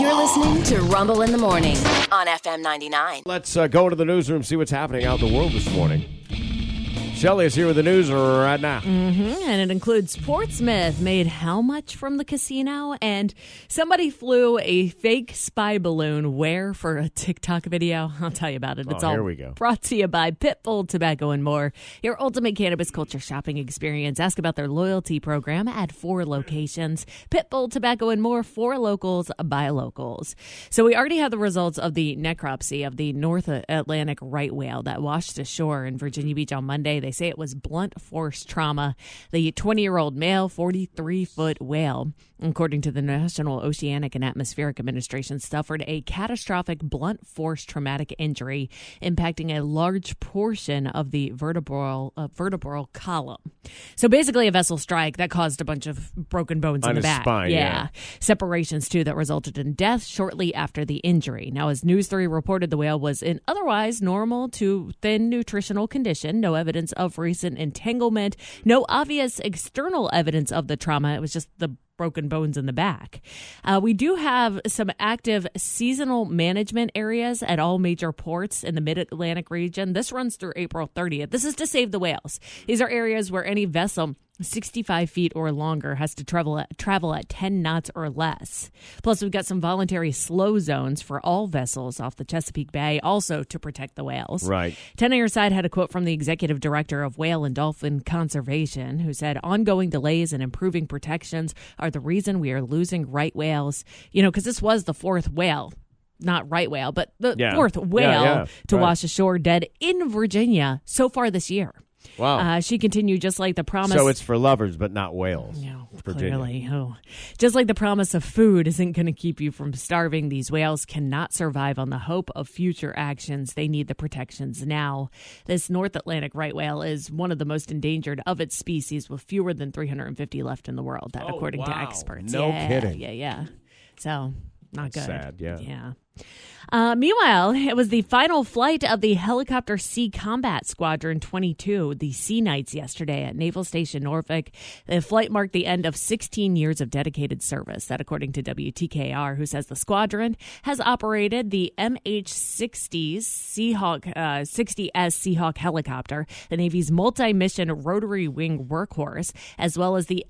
You're listening to Rumble in the Morning on FM 99. Let's uh, go to the newsroom, see what's happening out in the world this morning. Shelly is here with the news right now. Mm, And it includes Portsmouth made how much from the casino? And somebody flew a fake spy balloon where for a TikTok video. I'll tell you about it. It's Oh, all here we go. brought to you by Pitbull Tobacco and More, your ultimate cannabis culture shopping experience. Ask about their loyalty program at four locations. Pitbull Tobacco and More for locals by locals. So we already have the results of the necropsy of the North Atlantic right whale that washed ashore in Virginia Beach on Monday. They say it was blunt force trauma. The 20 year old male, 43 foot whale, according to the National Oceanic and Atmospheric Administration, suffered a catastrophic blunt force traumatic injury impacting a large portion of the vertebral uh, vertebral column. So basically, a vessel strike that caused a bunch of broken bones On in the his back. spine, yeah. Separations, too, that resulted in death shortly after the injury. Now, as News 3 reported, the whale was in otherwise normal to thin nutritional condition, no evidence of recent entanglement, no obvious external evidence of the trauma. It was just the broken bones in the back. Uh, we do have some active seasonal management areas at all major ports in the mid Atlantic region. This runs through April 30th. This is to save the whales. These are areas where any vessel 65 feet or longer has to travel at, travel at 10 knots or less. Plus, we've got some voluntary slow zones for all vessels off the Chesapeake Bay, also to protect the whales. Right. 10 on your side had a quote from the executive director of Whale and Dolphin Conservation, who said, Ongoing delays and improving protections are the reason we are losing right whales. You know, because this was the fourth whale, not right whale, but the Yeah. fourth Yeah, whale yeah, to right. wash ashore dead in Virginia so far this year. Wow. Uh, she continued, just like the promise. Oh. so it's for lovers, but not whales. No, Virginia. clearly. Oh. Just like the promise of food isn't going to keep you from starving, these whales cannot survive on the hope of future actions. They need the protections now. This North Atlantic right whale is one of the most endangered of its species, with fewer than 350 left in the world, that Oh, according to wow. experts. No yeah, kidding. Yeah, yeah. So, not That's good. sad, yeah. Yeah. Uh, meanwhile, it was the final flight of the Helicopter Sea Combat Squadron 22, the Sea Knights, yesterday at Naval Station Norfolk. The flight marked the end of 16 years of dedicated service. That, according to WTKR, who says the squadron has operated the MH-60 Seahawk uh, 60S Seahawk helicopter, the Navy's multi-mission rotary wing workhorse, as well as the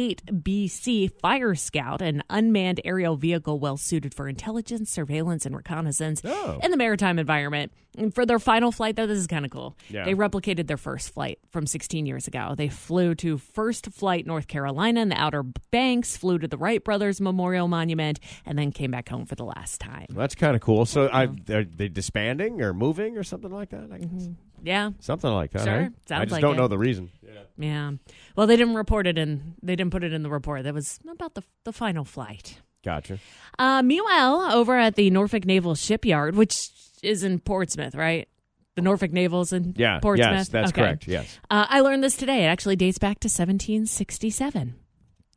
MQ-8BC Fire Scout, an unmanned aerial vehicle well suited for intelligence, surveillance, and reconnaissance Oh. in the maritime environment. And for their final flight, though, this is kind of cool. Yeah. They replicated their first flight from 16 years ago. They flew to First Flight North Carolina and the Outer Banks, flew to the Wright Brothers Memorial Monument, and then came back home for the last time. That's kind of cool. So I, are they disbanding or moving or something like that? I guess. Yeah, Something like that. Mm-hmm. Sure. eh? I Sounds just like don't it. know the reason. yeah. Well, they didn't report it in. They didn't put it in the report. That was about the the final flight. Gotcha. Uh, meanwhile, over at the Norfolk Naval Shipyard, which is in Portsmouth, right? The Norfolk Naval's in Yeah. Portsmouth. Yes, that's Okay. correct. Yes. Uh, I learned this today. It actually dates back to 1767.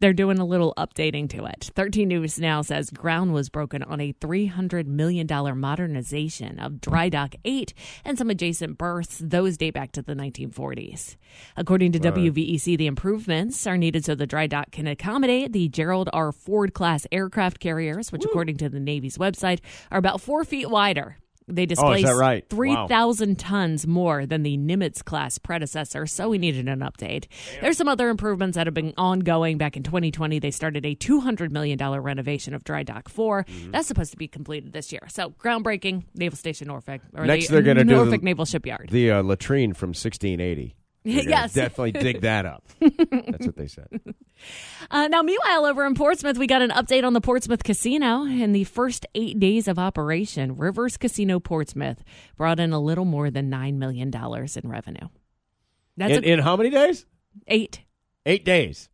They're doing a little updating to it. 13 News now says ground was broken on a $300 million modernization of Dry Dock 8 and some adjacent berths. Those date back to the 1940s. According to WVEC, the improvements are needed so the dry dock can accommodate the Gerald R. Ford class aircraft carriers, which, according to the Navy's website, are about four feet wider. They displace Oh, right? Wow. 3,000 thousand tons more than the Nimitz class predecessor, so we needed an update. There's some other improvements that have been ongoing. Back in 2020, they started a 200 million dollar renovation of Dry Dock 4. Mm-hmm. That's supposed to be completed this year. So groundbreaking, Naval Station Norfolk, or Next the they're gonna do Norfolk the- Naval Shipyard. The uh, latrine from 1680. They're gonna Yes. Definitely dig that up. That's what they said. Uh, now, meanwhile, over in Portsmouth, we got an update on the Portsmouth Casino. In the first eight days of operation, Rivers Casino Portsmouth brought in a little more than nine million dollars in revenue. That's In, a, in how many days? eight. Eight days.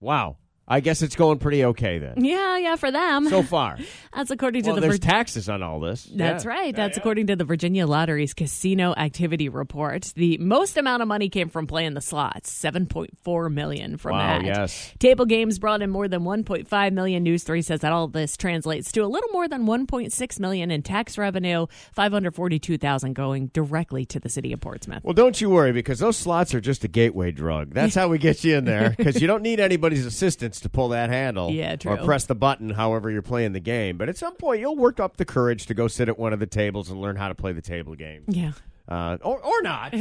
Wow. I guess it's going pretty okay then. Yeah, yeah, for them. So far. That's according to Well, the there's Vir- taxes on all this. That's Yeah. right. That's according to the Virginia Lottery's casino activity report. The most amount of money came from playing the slots, 7.4 million from Wow, that. yes. Table games brought in more than 1.5 million. News 3 says that all this translates to a little more than 1.6 million in tax revenue, 542,000 going directly to the city of Portsmouth. Well, don't you worry because those slots are just a gateway drug. That's how we get you in there because you don't need anybody's assistance minutes to pull that handle Yeah, true. or press the button, however you're playing the game. But at some point, you'll work up the courage to go sit at one of the tables and learn how to play the table game. Yeah. Uh, or, or not.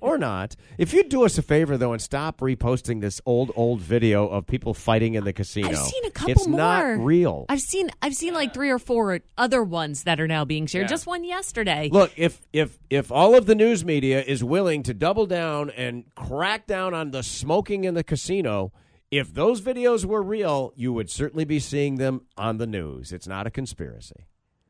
or not. If you'd do us a favor, though, and stop reposting this old, old video of people fighting in the casino. I've seen a couple It's more. not real. I've seen I've seen like three or four other ones that are now being shared. Just one yesterday. Look, if if if all of the news media is willing to double down and crack down on the smoking in the casino, if those videos were real, you would certainly be seeing them on the news. It's not a conspiracy.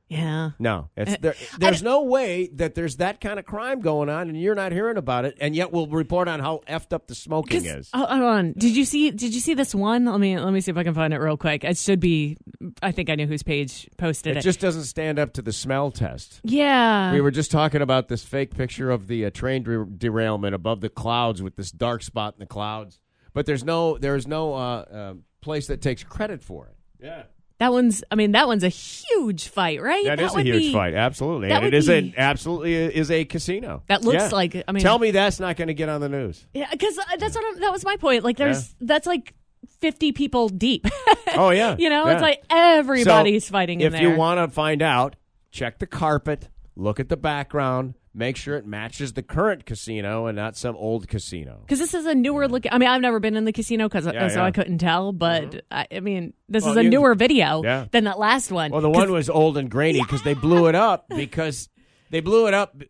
Yeah. No, it's, there, there's no way that there's that kind of crime going on, and you're not hearing about it, and yet we'll report on how effed up the smoking 'Cause- is. oh, hold on. Did you see? Did you see this one? Let me let me see if I can find it real quick. It should be. I think I knew whose page posted it. It just doesn't stand up to the smell test. yeah. We were just talking about this fake picture of the uh, train der- derailment above the clouds with this dark spot in the clouds, but there's no there's no uh, uh, place that takes credit for it. Yeah, that one's. I mean, that one's a huge fight, right? that is a would huge be- fight, absolutely, that and it would is be- a, absolutely is a casino. That looks Yeah. like- I mean- tell me that's not going to get on the news. Yeah, because that's what I'm, that was my point. Like, there's that's like fifty people deep. Oh yeah, you know, Yeah. it's like everybody's So, fighting. If in there. you want to find out, check the carpet, look at the background, make sure it matches the current casino and not some old casino. Because this is a newer look. I mean, I've never been in the casino, because Yeah, so yeah. Mm-hmm. I couldn't tell. But I, I mean, this Well, is a you- newer video Yeah. than that last one. Well, the 'Cause- one was old and grainy because they blew it up because they blew it up b-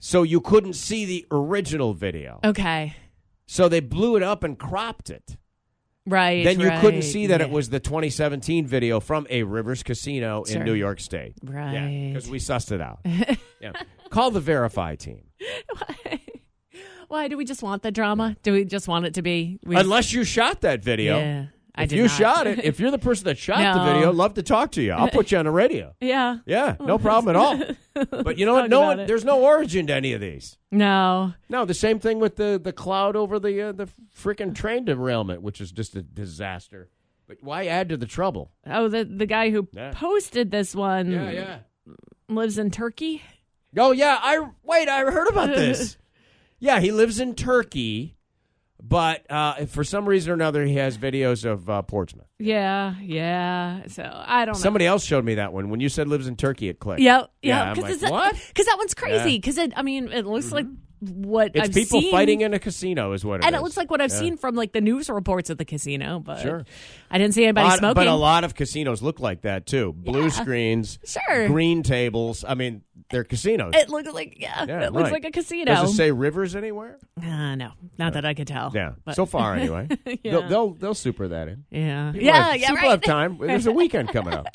so you couldn't see the original video. Oh. Okay, So they blew it up and cropped it. right. then you right, couldn't see that it yeah. was the 2017 video from a Rivers Casino Sure. in New York State. Right. Because we sussed it out. yeah. Call the Verify team. Why do we just want the drama? Do we just want it to be? We Unless you shot that video. yeah, I If did you not. shot it, if you're the person that shot the No. video, love to talk to you. I'll put you on the radio. yeah, Yeah, no problem at all. But you know what? talk No about one, it. there's no origin to any of these. no, No, the same thing with the the cloud over the uh, the freaking train derailment, which is just a disaster. But why add to the trouble? oh, the the guy who Yeah. posted this one lives in Turkey. Oh yeah, I wait, I heard about this. yeah, he lives in Turkey, but uh, for some reason or another, he has videos of uh, Portsmouth. Oh, Yeah, yeah. So I don't know. Somebody else showed me that one. When you said lives in Turkey, it clicked. Yep, Yeah, yep. I'm like, Because what? Mm-hmm. that one's crazy. Because I mean, it looks like what It's I've people seen, fighting in a casino, is what it and it is. looks like what I've seen from like the news reports at the casino. But Sure. I didn't see anybody Lot- smoking. But a lot of casinos look like that too. Blue screens, Sure. green tables. I mean, they're casinos. it looked like yeah, Yeah, it looks right. like a casino. Does it say rivers anywhere? Uh, no, not that I could tell. Yeah. But- so far, anyway. they'll, they'll they'll super that in. yeah, People yeah, have, yeah. People Right. have time. There's a weekend coming up.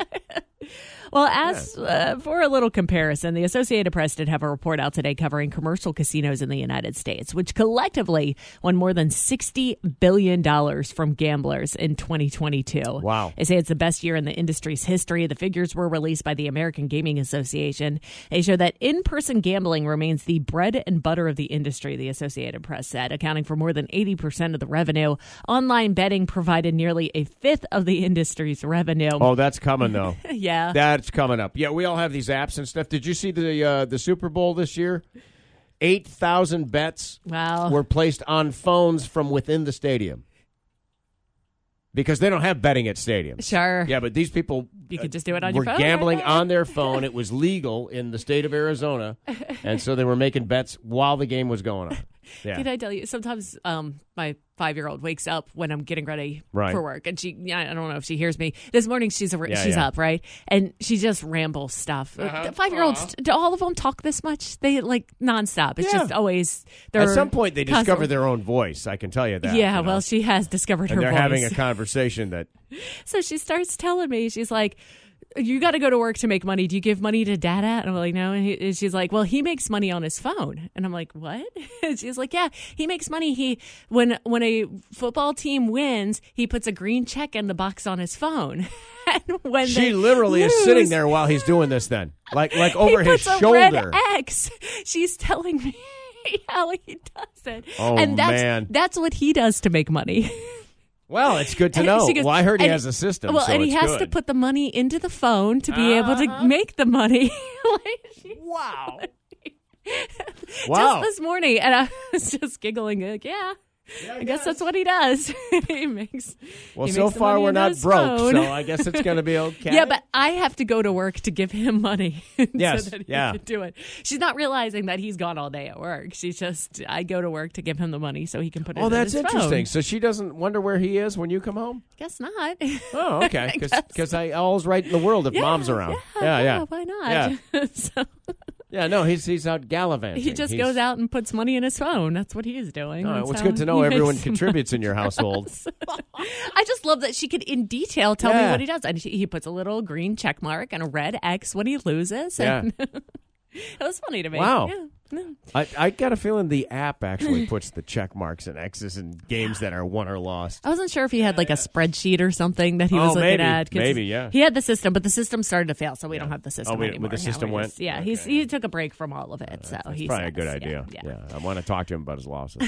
Well, as uh, for a little comparison, the Associated Press did have a report out today covering commercial casinos in the United States, which collectively won more than $60 billion from gamblers in 2022. Wow. They say it's the best year in the industry's history. The figures were released by the American Gaming Association. They show that in person gambling remains the bread and butter of the industry, the Associated Press said, accounting for more than 80% of the revenue. Online betting provided nearly a fifth of the industry's revenue. Oh, that's coming though. Yeah. That's coming up. Yeah, we all have these apps and stuff. Did you see the uh, the Super Bowl this year? Eight thousand bets Wow. were placed on phones from within the stadium because they don't have betting at stadiums. Sure. Yeah, but these people uh, You could just do it on were your phone. gambling right? on their phone. It was legal in the state of Arizona, and so they were making bets while the game was going on. Yeah. Did I tell you? Sometimes um, my five year old wakes up when I'm getting ready Right. for work, and she I don't know if she hears me. This morning she's a, Yeah, she's yeah. up right, and she just rambles stuff. Five year olds, do all of them talk this much? They like nonstop. It's Yeah. just always they're At some point, they discover constantly- their own voice. I can tell you that. Yeah, you know. well, she has discovered her and they're voice. having a conversation that So she starts telling me, she's like, you got to go to work to make money. Do you give money to Dada? And I'm like, no. And, he, and she's like, well, he makes money on his phone. And I'm like, what? And she's like, yeah, he makes money. He when when a football team wins, he puts a green check in the box on his phone. and when she they literally is lose, sitting there while he's doing this. Then, like, like over he his puts a red shoulder. X. She's telling me how he does it. Oh, and that's man. that's what he does to make money. Well, it's good to And know. she goes- well, I heard he and- has a system. Well, so and he it's has to good. put the money into the phone to be able to make the money. Like, she- Wow. Just wow. this morning, and I was just giggling. Like, yeah, I guess that's what he does. he makes. Well, he so makes the far money we're in not his broke, phone. so I guess it's going to be okay. Yeah, but I have to go to work to give him money. Yes, so that he yeah. can do it. She's not realizing that he's gone all day at work. She's just I go to work to give him the money so he can put it. oh, in that's his interesting. Phone. So she doesn't wonder where he is when you come home. Guess not. Oh, okay. guess. Because I, always right in the world if Yeah, mom's around. Yeah, yeah, yeah. Why not? Yeah. so Yeah, no, he's he's out gallivanting. he just He's- goes out and puts money in his phone. That's what he's doing. All right, That's well, it's how good to know he makes everyone money. contributes in your household. I just love that she could, in detail, tell me Yeah. what he does. And she, he puts a little green check mark and a red X when he loses. Yeah. And it was funny to me. Wow. Yeah. No. I, I got a feeling the app actually puts the check marks and X's in games that are won or lost. I wasn't sure if he had like a spreadsheet or something that he Oh, was looking maybe. at. 'cause Maybe, yeah. He had the system, but the system started to fail, so we don't have the system Oh, we- anymore. the now. system We're went? Uh, just- yeah, he's, he took a break from all of it, so he's Probably a good idea. Oh, Yeah. I want to talk to him about his losses.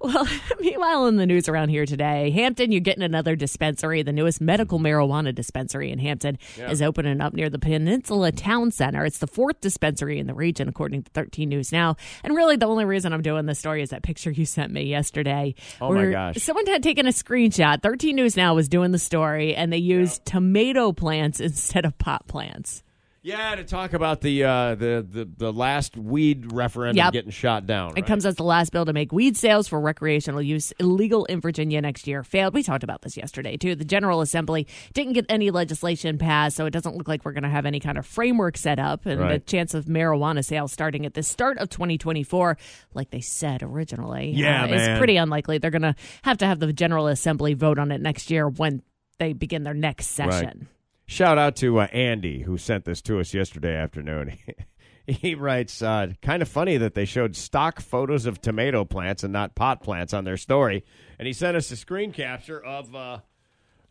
Well, meanwhile, in the news around here today, Hampton, you're getting another dispensary. The newest medical marijuana dispensary in Hampton is opening up near the Peninsula Town Center. It's the fourth dispensary in the region, according to 13 News Now. And really, the only reason I'm doing this story is that picture you sent me yesterday. Oh, my where gosh. Someone had taken a screenshot. 13 News Now was doing the story, and they used tomato plants instead of pot plants. yeah, to talk about the uh, the, the the last weed referendum Yep. getting shot down. It right? comes as the last bill to make weed sales for recreational use illegal in Virginia next year. Failed. We talked about this yesterday, too. The General Assembly didn't get any legislation passed, so it doesn't look like we're going to have any kind of framework set up. And the Right. chance of marijuana sales starting at the start of 2024, like they said originally, Yeah, is man. pretty unlikely. They're going to have to have the General Assembly vote on it next year when they begin their next Right. session. Shout out to uh, Andy who sent this to us yesterday afternoon. he writes, uh, kind of funny that they showed stock photos of tomato plants and not pot plants on their story. And he sent us a screen capture of uh,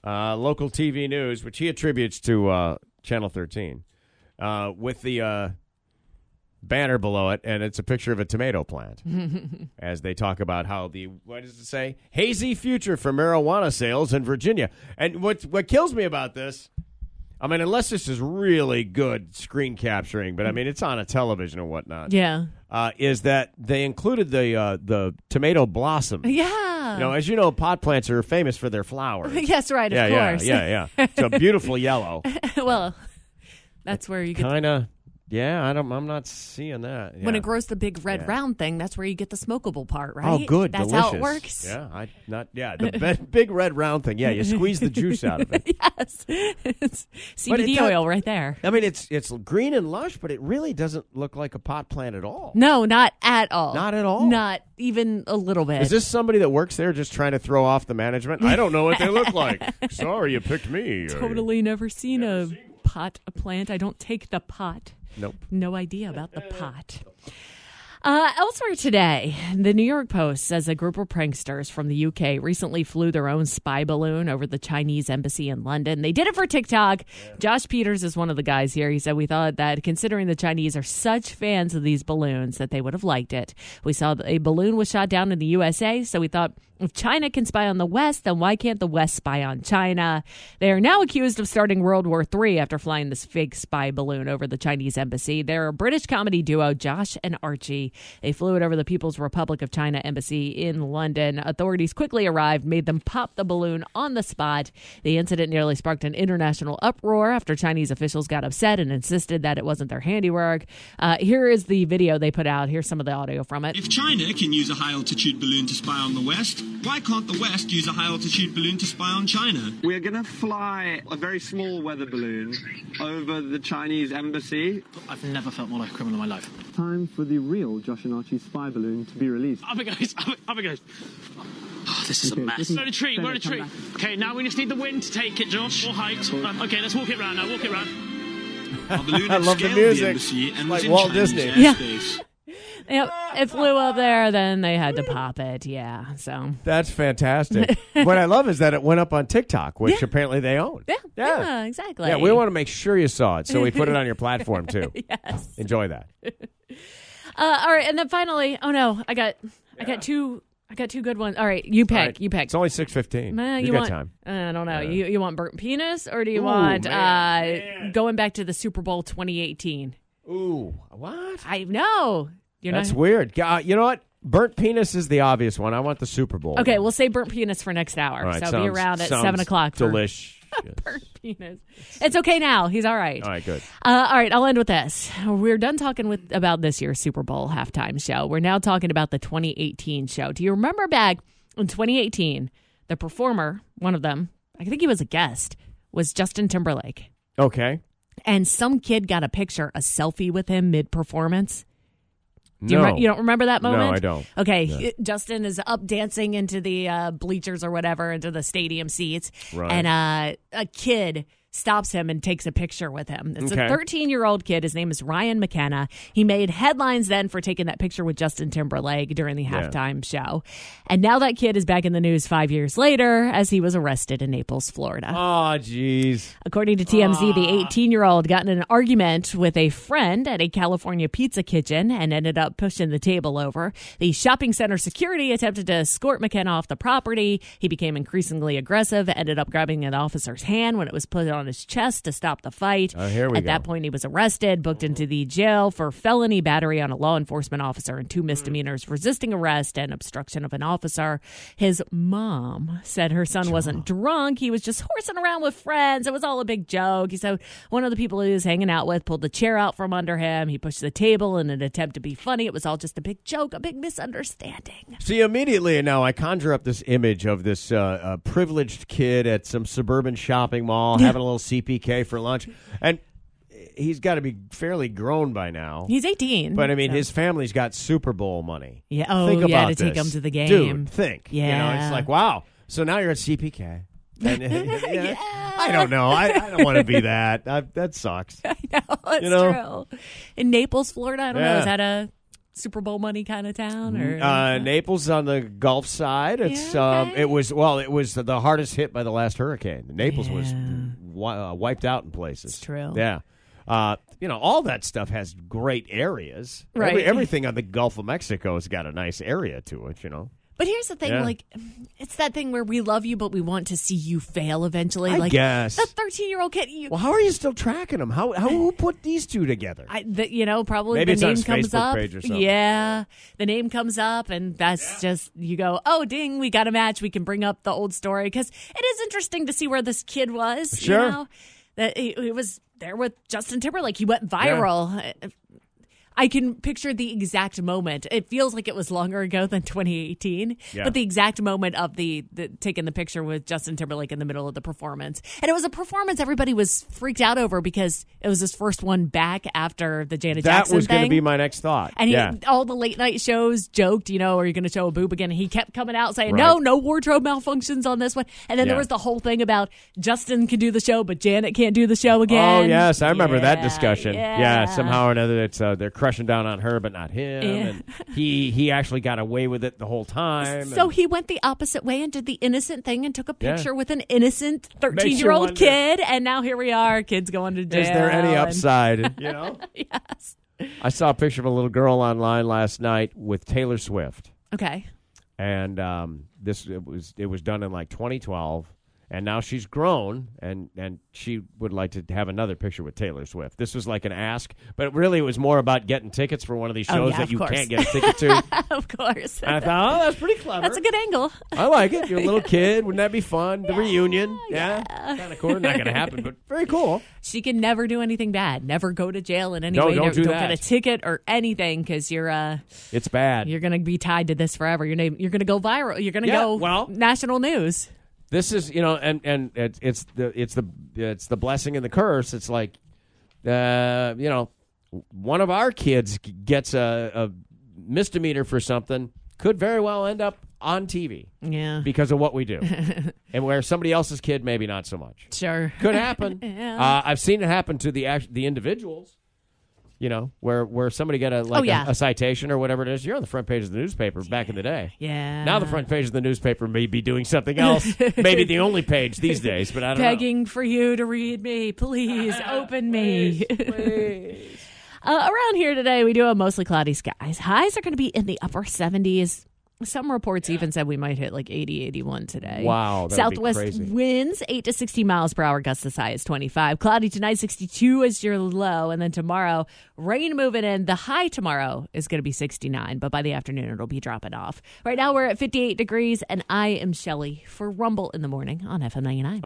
uh, local TV news, which he attributes to uh, Channel 13, uh, with the uh, banner below it, and it's a picture of a tomato plant. as they talk about how the what does it say hazy future for marijuana sales in Virginia. And what what kills me about this, I mean, unless this is really good screen capturing, but I mean, it's on a television or whatnot. Yeah. Uh, is that they included the uh, the tomato blossom? Yeah. You know, as you know, pot plants are famous for their flowers. yes, right, yeah, of yeah, course. yeah, yeah. It's a beautiful yellow, well, that's where you get kind of. Yeah, I don't. I'm not seeing that. When Yeah. it grows the big red Yeah. round thing, that's where you get the smokable part, right? Oh, good. That's delicious. how it works. Yeah, I not. Yeah, the be- big red round thing. Yeah, you squeeze the juice out of it. Yes. It's CBD does- oil right there. I mean, it's it's green and lush, but it really doesn't look like a pot plant at all. No, not at all. Not at all. Not even a little bit. Is this somebody that works there just trying to throw off the management? I don't know what they look like. Sorry, you picked me. totally never seen a pot plant? I don't take the pot. Nope. No idea about the pot. Uh, elsewhere today, the New York Post says a group of pranksters from the UK recently flew their own spy balloon over the Chinese embassy in London. They did it for TikTok. Josh Peters is one of the guys here. He said, We thought that considering the Chinese are such fans of these balloons that they would have liked it. We saw that a balloon was shot down in the USA, so we thought if China can spy on the West, then why can't the West spy on China? They are now accused of starting World War III after flying this fake spy balloon over the Chinese embassy. They're a British comedy duo, Josh and Archie. They flew it over the People's Republic of China embassy in London. Authorities quickly arrived, made them pop the balloon on the spot. The incident nearly sparked an international uproar after Chinese officials got upset and insisted that it wasn't their handiwork. Uh, here is the video they put out. Here's some of the audio from it. If China can use a high altitude balloon to spy on the West, why can't the West use a high altitude balloon to spy on China? We're going to fly a very small weather balloon over the Chinese embassy. I've never felt more like a criminal in my life. Time for the real Josh and Archie spy balloon to be released. Up it goes, up, it- up it goes. Oh, this is a mess. listen, We're in a tree, Bennett, we're in a come tree. back. Okay, now we just need the wind to take it, Josh, or height. Um, okay, let's walk it round now, walk it round. Our balloon I love the scaled music. embassy and Like was in Walt Chinese Disney. Yeah. airspace. Yep, it flew up there, then they had to pop it. Yeah, so That's fantastic. what I love is that it went up on TikTok, which apparently they own. yeah, yeah, Yeah. exactly. Yeah, we want to make sure you saw it, so we put it on your platform too. yes. Enjoy that. Uh, all right, and then finally, oh no, I got, I got two, I got two good ones. All right, you pick, All right. you pick. It's only six fifteen. Uh, you, you got want, time. uh, I don't know. you you want burnt penis or do you Ooh, want man, uh, going back to the Super Bowl 2018? Ooh, what? I know you're That's not. weird. God, you know what? burnt penis is the obvious one. I want the Super Bowl. Okay, we'll say burnt penis for next hour. All right, so sounds- be around at sounds seven o'clock. for Delish. burnt penis. It's okay now. He's all right. All right, good. Uh, all right, I'll end with this. We're done talking with about this year's Super Bowl halftime show. We're now talking about the 2018 show. Do you remember back in 2018, the performer, one of them, I think he was a guest, was Justin Timberlake, Okay. and some kid got a picture, a selfie with him mid-performance. Do you, no. re- you don't remember that No, moment? I don't. Okay, he- Justin is up dancing into the uh, bleachers or whatever, into the stadium seats, Right. and uh, a kid stops him and takes a picture with him. It's a Okay. 13 year old kid. His name is Ryan McKenna. He made headlines then for taking that picture with Justin Timberlake during the halftime show, and now that kid is back in the news five years later as he was arrested in Naples, Florida. Oh, jeez. According to TMZ, the Ah. 18 year old got in an argument with a friend at a California pizza kitchen and ended up pushing the table over. The shopping center security attempted to escort McKenna off the property. He became increasingly aggressive, ended up grabbing an officer's hand when it was put on his chest to stop the fight. Oh, here we At that go. point, he was arrested, booked into the jail for felony battery on a law enforcement officer and two misdemeanors resisting arrest and obstruction of an officer. His mom said her son wasn't drunk. He was just horsing around with friends. It was all a big joke. He said one of the people he was hanging out with pulled the chair out from under him. He pushed the table in an attempt to be funny. It was all just a big joke, a big misunderstanding. See, immediately now I conjure up this image of this uh, uh, privileged kid at some suburban shopping mall having a little CPK for lunch. And he's got to be fairly grown by now. He's 18. But I mean, so- his family's got Super Bowl money. Yeah. Oh, think yeah, about to take this. him to the game. Dude, think. You know, Yeah. it's like, wow. So now you're at CPK. And, yeah, I don't know. I, I don't want to be that. I, that sucks. That's You know? true. In Naples, Florida, I don't know. Yeah. Is that a Super Bowl money kind of town? Or Uh, Naples on the Gulf side. It's Mm-hmm. Yeah, um, okay. it was well, it was the hardest hit by the last hurricane. Naples was Yeah. wi- uh, wiped out in places. It's true. Yeah. Uh, you know, all that stuff has great areas. Right. Every- everything on the Gulf of Mexico has got a nice area to it. You know. but here's the thing: Yeah. like, it's that thing where we love you, but we want to see you fail eventually. I like, guess. the thirteen-year-old kid, you, Well, how are you still tracking them? How, how who put these two together? I, the, you know, probably Maybe the it's on name his comes Facebook up. page or something. Yeah, the name comes up, and that's just you go, oh ding, we got a match. We can bring up the old story because it is interesting to see where this kid was. Sure. you know? that he, he was there with Justin Timberlake. He went viral. I can picture the exact moment. It feels like it was longer ago than 2018, Yeah. but the exact moment of the, the taking the picture with Justin Timberlake in the middle of the performance. And it was a performance everybody was freaked out over because it was his first one back after the Janet that Jackson was thing. going to be my next thought. and he, yeah. all the late night shows joked, you know, are you going to show a boob again? And he kept coming out saying, no, Right. no wardrobe malfunctions on this one. And then there Yeah. was the whole thing about Justin can do the show, but Janet can't do the show Oh again. yes, I remember that Yeah, discussion. Yeah. yeah. somehow or another, it's uh, they're crushing down on her, but not him. Yeah. And he he actually got away with it the whole time. So and- he went the opposite way and did the innocent thing and took a Yeah. picture with an innocent you 13 year old wonder. kid. And now here we are, kids going to jail. is there any and- upside? you know. Yes. I saw a picture of a little girl online last night with Taylor Swift, Okay. and um, this it was it was done in like 2012. And now she's grown, and, and she would like to have another picture with Taylor Swift. This was like an ask, but really it was more about getting tickets for one of these Oh, shows yeah, that of you course. can't get a ticket to. of course. And I thought, oh, that's pretty clever. That's a good angle. I like it. You're a little kid. Wouldn't that be fun? The reunion. Yeah. Kind of cool. Not going to happen, but very cool. She can never do anything bad, never go to jail in any No, way. don't never, do get that. a ticket or anything because you're uh, It's bad. you're going to be tied to this forever. Your name, you're going to go viral. You're going to Yeah, go well- national news. this is, you know, and and it, it's the it's the it's the blessing and the curse. It's like, uh, you know, one of our kids g- gets a, a misdemeanor for something could very well end up on TV Yeah. because of what we do, and where somebody else's kid maybe not so much. sure. Could happen. uh, I've seen it happen to the act- the individuals. You know, where where somebody got a like Oh, yeah. a, a citation or whatever it is. You're on the front page of the newspaper back in the day. Yeah. Now the front page of the newspaper may be doing something else. Maybe the only page these days, but I don't begging for you to read me. Please open me. uh, around here today, we do have mostly cloudy skies. Highs are going to be in the upper 70s. Some reports even said we might hit like 80, 81 today. Wow, that would be Southwest crazy. winds 8 to 60 miles per hour, gusts as high as 25. Cloudy tonight, 62 is your low. And then tomorrow, rain moving in. The high tomorrow is going to be 69, but by the afternoon, it'll be dropping off. Right now, we're at 58 degrees, and I am Shelly for Rumble in the Morning on FM 99.